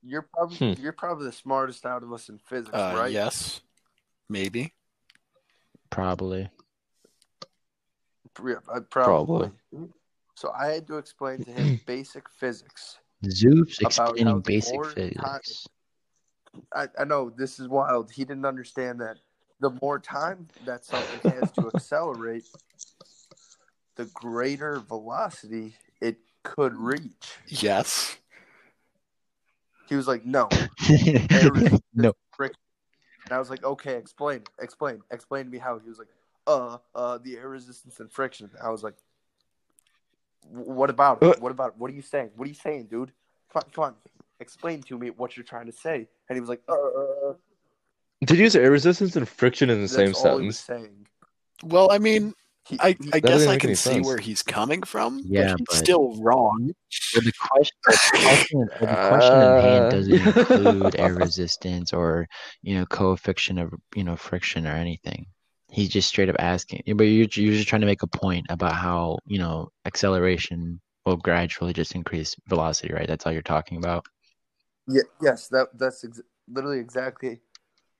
S4: You're probably
S1: Hmm.
S4: you're probably the smartest out of us in physics,
S2: Uh,
S4: right?
S2: Yes. Maybe.
S3: Probably.
S4: Pre- uh,
S1: Probably.
S4: probably. So I had to explain to him basic physics.
S3: Zoop's
S4: About how
S3: explaining basic
S4: more time-
S3: physics.
S4: I, I know this is wild. He didn't understand that the more time that something has to accelerate, the greater velocity it could reach.
S2: Yes.
S4: He was like, "No, there is this
S3: no.
S4: fric- And I was like, "Okay, explain, explain, explain to me how." He was like, "Uh, uh, the air resistance and friction." I was like, "Wh- "What about
S1: Uh.
S4: it? What about it? What are you saying? What are you saying, dude? Come on, come on, explain to me what you're trying to say." And he was like, "Uh."
S1: Did you say air resistance and friction in the
S4: That's
S1: same
S4: all he was
S1: sentence?
S4: saying.
S2: Well, I mean,
S4: He-
S2: I,
S4: he-
S2: I
S1: doesn't
S2: guess I
S1: make
S2: can
S1: any
S2: see
S1: sense.
S2: where he's coming from.
S3: Yeah,
S2: but he's
S3: but-
S2: still wrong.
S3: Well, the question, the question, well, the question at hand
S1: Uh.
S3: doesn't include air resistance or you know coefficient of you know friction or anything. He's just straight up asking, but you're you're just trying to make a point about how you know acceleration will gradually just increase velocity, right? That's all you're talking about.
S4: Ye- yes, that that's ex- literally exactly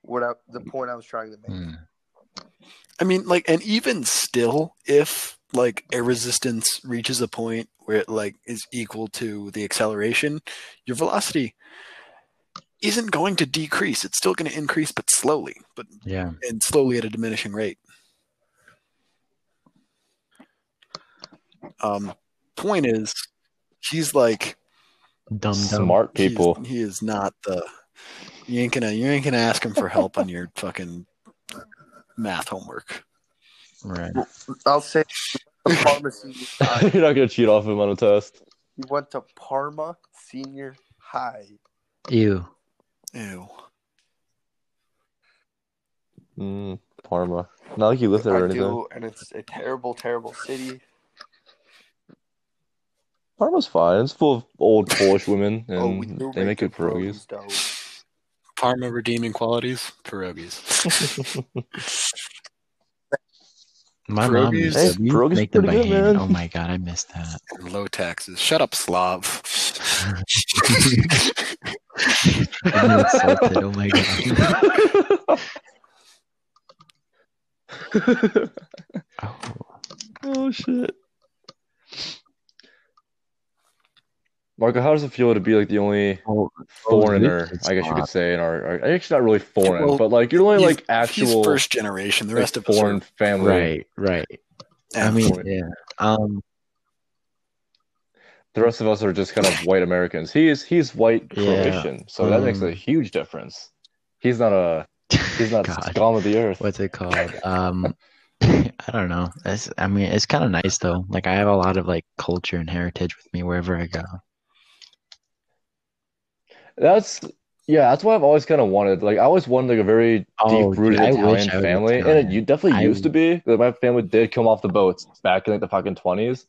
S4: what I, the point I was trying to make.
S3: Hmm.
S2: I mean, like, and even still, if like air resistance reaches a point where it like is equal to the acceleration, your velocity isn't going to decrease. It's still going to increase, but slowly, but
S3: Yeah,
S2: and slowly at a diminishing rate. Um, point is, he's like
S3: dumb dumb.
S1: Smart
S2: he's-
S1: people.
S2: he is not the. You ain't gonna. You ain't gonna ask him for help on your fucking math homework.
S3: Right.
S1: Hmm.
S4: I'll say the Parma senior high.
S1: You're not gonna cheat off him on a test.
S4: He went to Parma Senior High.
S3: Ew.
S2: Ew.
S1: Mm, Parma. Not like you live there or
S4: I
S1: anything.
S4: do, and it's a terrible, terrible city.
S1: Parma's fine. It's full of old Polish women, and
S4: oh, we do
S1: they make good pierogies.
S4: pierogies, though.
S2: Parma redeeming qualities, pierogies.
S3: My mom
S2: Pierogies-
S3: used
S1: Hey,
S3: to we used to
S1: pierogies
S3: make them by
S1: pretty good,
S3: hand.
S1: man.
S3: Oh my god, I missed that.
S2: And low taxes. Shut up, Slav.
S3: I'm insulted. Oh my god. Oh.
S1: oh shit. Marco, how does it feel to be like the only
S3: Well,
S1: foreigner,
S3: Luke's
S1: I guess you
S3: Oh, hot.
S1: could say, in our, our actually not really foreign,
S2: Well,
S1: but like you're only
S2: he's-
S1: like actual
S2: He's first generation. The
S1: like,
S2: rest of us
S1: foreign
S2: are.
S1: family.
S3: right, right. I mean,
S1: Absolutely.
S3: yeah. Um,
S1: The rest of us are just kind of white Americans. He is he's white
S3: Yeah,
S1: Croatian, so that makes a
S3: um,
S1: huge difference. He's not a he's not
S3: God,
S1: scum of the earth.
S3: what's it called? Um, I don't know. It's, I mean, it's kind of nice though. Like, I have a lot of like culture and heritage with me wherever I go.
S1: That's yeah. That's what I've always kind of wanted. Like I always wanted like a very
S3: Oh,
S1: deep rooted
S3: dude, I wish
S1: Italian
S3: I was
S1: family,
S3: Italian.
S1: and it you definitely
S3: I-
S1: used to be. Like, my family did come off the boats back in like the fucking twenties,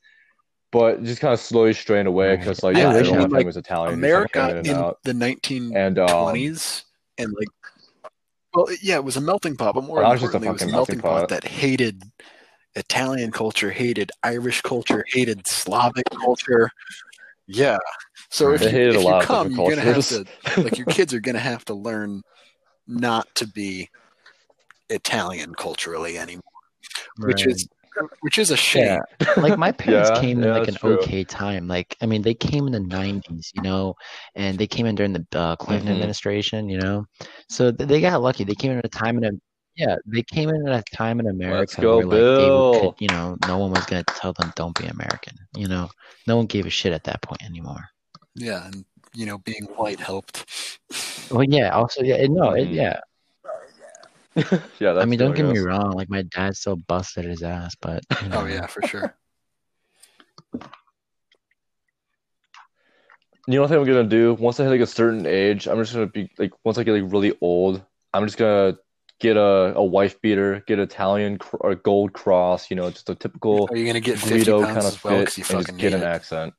S1: but just kind of slowly strayed away
S3: Right.
S1: because like
S2: I
S1: yeah,
S2: wish
S1: everyone in my
S2: I- like,
S1: family was Italian. just, like,
S2: America
S1: came in and
S2: in
S1: out.
S2: the 1920s
S1: and um,
S2: and like. Well, yeah, it was a melting pot, but more
S1: Well, I was just a
S2: importantly, it was a
S1: fucking
S2: melting
S1: melting pot.
S2: pot that hated Italian culture, hated Irish culture, hated Slavic culture. Yeah. So if
S1: They
S2: you,
S1: hated a
S2: if you
S1: lot of
S2: come,
S1: different
S2: you're gonna have to
S1: cultures.
S2: like your kids are gonna have to learn not to be Italian culturally anymore, which is which is a shame.
S3: Yeah. like my parents
S1: Yeah,
S3: came in
S1: yeah,
S3: like an
S1: that's true.
S3: okay time. Like I mean, they came in the '90s, you know, and they came in during the uh, Clinton
S1: Mhm.
S3: administration, you know, so th- they got lucky. They came in at a time in a yeah, they came in at a time in America
S1: go,
S3: where like they were,
S1: Bill.
S3: could, you know, no one was gonna tell them don't be American. You know, no one gave a shit at that point anymore.
S2: Yeah, and you know, being white helped.
S3: Well, yeah, also yeah, it- no, it,
S1: Mhm.
S3: yeah.
S1: yeah, that's
S3: I mean,
S1: true,
S3: don't get me
S1: guess.
S3: wrong. Like my dad still busted his ass, but you know,
S2: Oh yeah, for sure.
S1: You know what I think I'm gonna do? Once I hit like a certain age, I'm just gonna be like once I get like really old, I'm just gonna get a, a wife beater, get Italian cr- or gold cross, you know, just a typical
S2: Are you gonna get fifty
S1: Guido
S2: pounds
S1: kind of
S2: as well
S1: fit
S2: because you
S1: and just
S2: fucking
S1: get
S2: need
S1: an
S2: it?
S1: accent.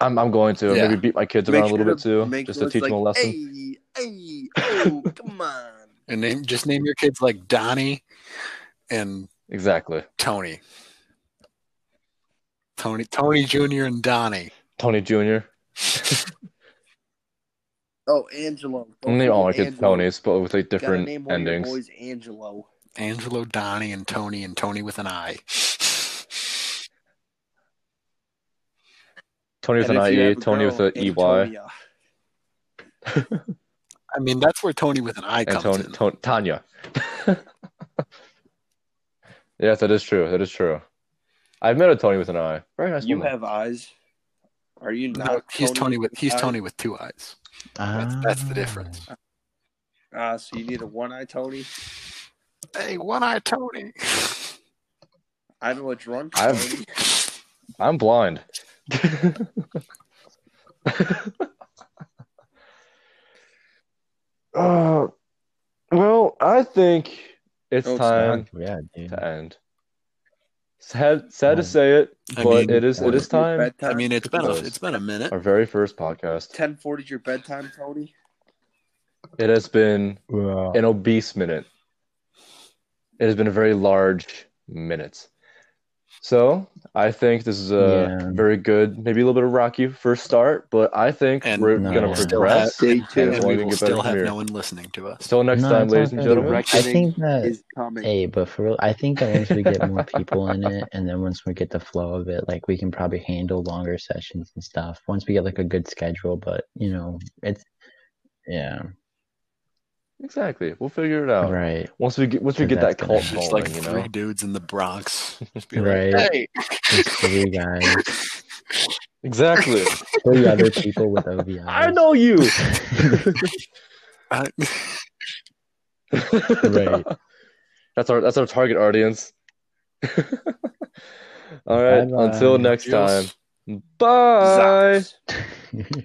S1: I'm, I'm going to
S2: Yeah.
S1: maybe beat my kids
S4: Make
S1: around a little
S4: sure
S1: bit too,
S4: make
S1: just
S4: sure
S1: to
S4: it's
S1: teach them a
S4: like,
S1: lesson.
S4: Hey, hey, oh, come on.
S2: And name just name your kids like Donnie and
S1: Exactly.
S2: Tony. Tony Tony Jr. and Donnie.
S1: Tony Jr.
S4: Oh, Angelo.
S1: I'm gonna name all my kids
S4: Angelo.
S1: Tonys, but with like
S4: uh, Gotta
S1: different
S4: name all your
S1: endings.
S4: Boys, Angelo.
S2: Angelo, Donnie, and Tony, and Tony with an I.
S1: Tony with an
S4: And if you
S1: IE,
S4: have a
S1: Tony with E
S4: girl,
S1: an EY,
S4: Antonia.
S2: I mean, that's where Tony with an I
S1: and
S2: comes
S1: Tony,
S2: in.
S1: Ton- Tanya. yes, that is true. That is true. I've met a Tony with an I. Very nice.
S4: You
S1: woman.
S4: have eyes. Are you not?
S2: No, he's Tony with he's
S4: eyes?
S2: Tony with two eyes. That's, that's
S3: Ah.
S2: the difference.
S4: Ah, so you need a one-eye Tony.
S2: Hey, one eye Tony.
S4: I know a drunk
S1: I've-
S4: Tony.
S1: I'm blind. uh, well, I think it's
S4: No, it's
S1: time
S3: Fuck, yeah, dude.
S1: to end. Sad, sad to
S3: Right.
S1: say it,
S2: I
S1: but
S2: mean-
S1: it is it is time.
S2: I mean, it's been a,
S1: Close.
S2: it's been a minute.
S1: Our very first podcast.
S4: ten forty. Your bedtime, Tony.
S1: It has been
S3: Well,
S1: an obese minute. It has been a very large minute. So I think this is a
S3: Yeah.
S1: very good, maybe a little bit of rocky first start, but I think
S2: And
S1: we're
S3: no,
S1: gonna
S3: we'll
S2: still
S1: progress.
S2: have-
S4: Day
S1: And
S4: two
S2: And
S1: it's only
S2: we
S1: gonna
S2: will
S1: get better
S2: still
S1: from
S2: have
S1: here.
S2: no one listening to us.
S1: Till next
S3: no,
S1: time,
S3: it's all
S1: ladies and
S3: good.
S1: gentlemen.
S3: I think that
S4: is coming.
S3: Hey, but for real, I think that once we get more people in it, and then once we get the flow of it, like we can probably handle longer sessions and stuff. Once we get like a good schedule, but you know, it's yeah,
S1: Exactly. We'll figure it out.
S3: right,
S1: Once we get once we
S3: Cause
S1: get that
S3: that's
S1: cult
S3: gonna-
S2: It's
S1: following,
S2: just like
S1: you
S2: three
S1: know.
S2: dudes in the Bronx. Just be like,
S3: right.
S2: hey,
S3: It's three guys,
S1: Exactly.
S3: three other people with OVI.
S1: I know you.
S2: I-
S3: Right.
S1: That's our that's our target audience. All right.
S3: Bye-bye.
S1: Until next
S2: Adios.
S1: time. Bye.
S4: Zops.
S3: know.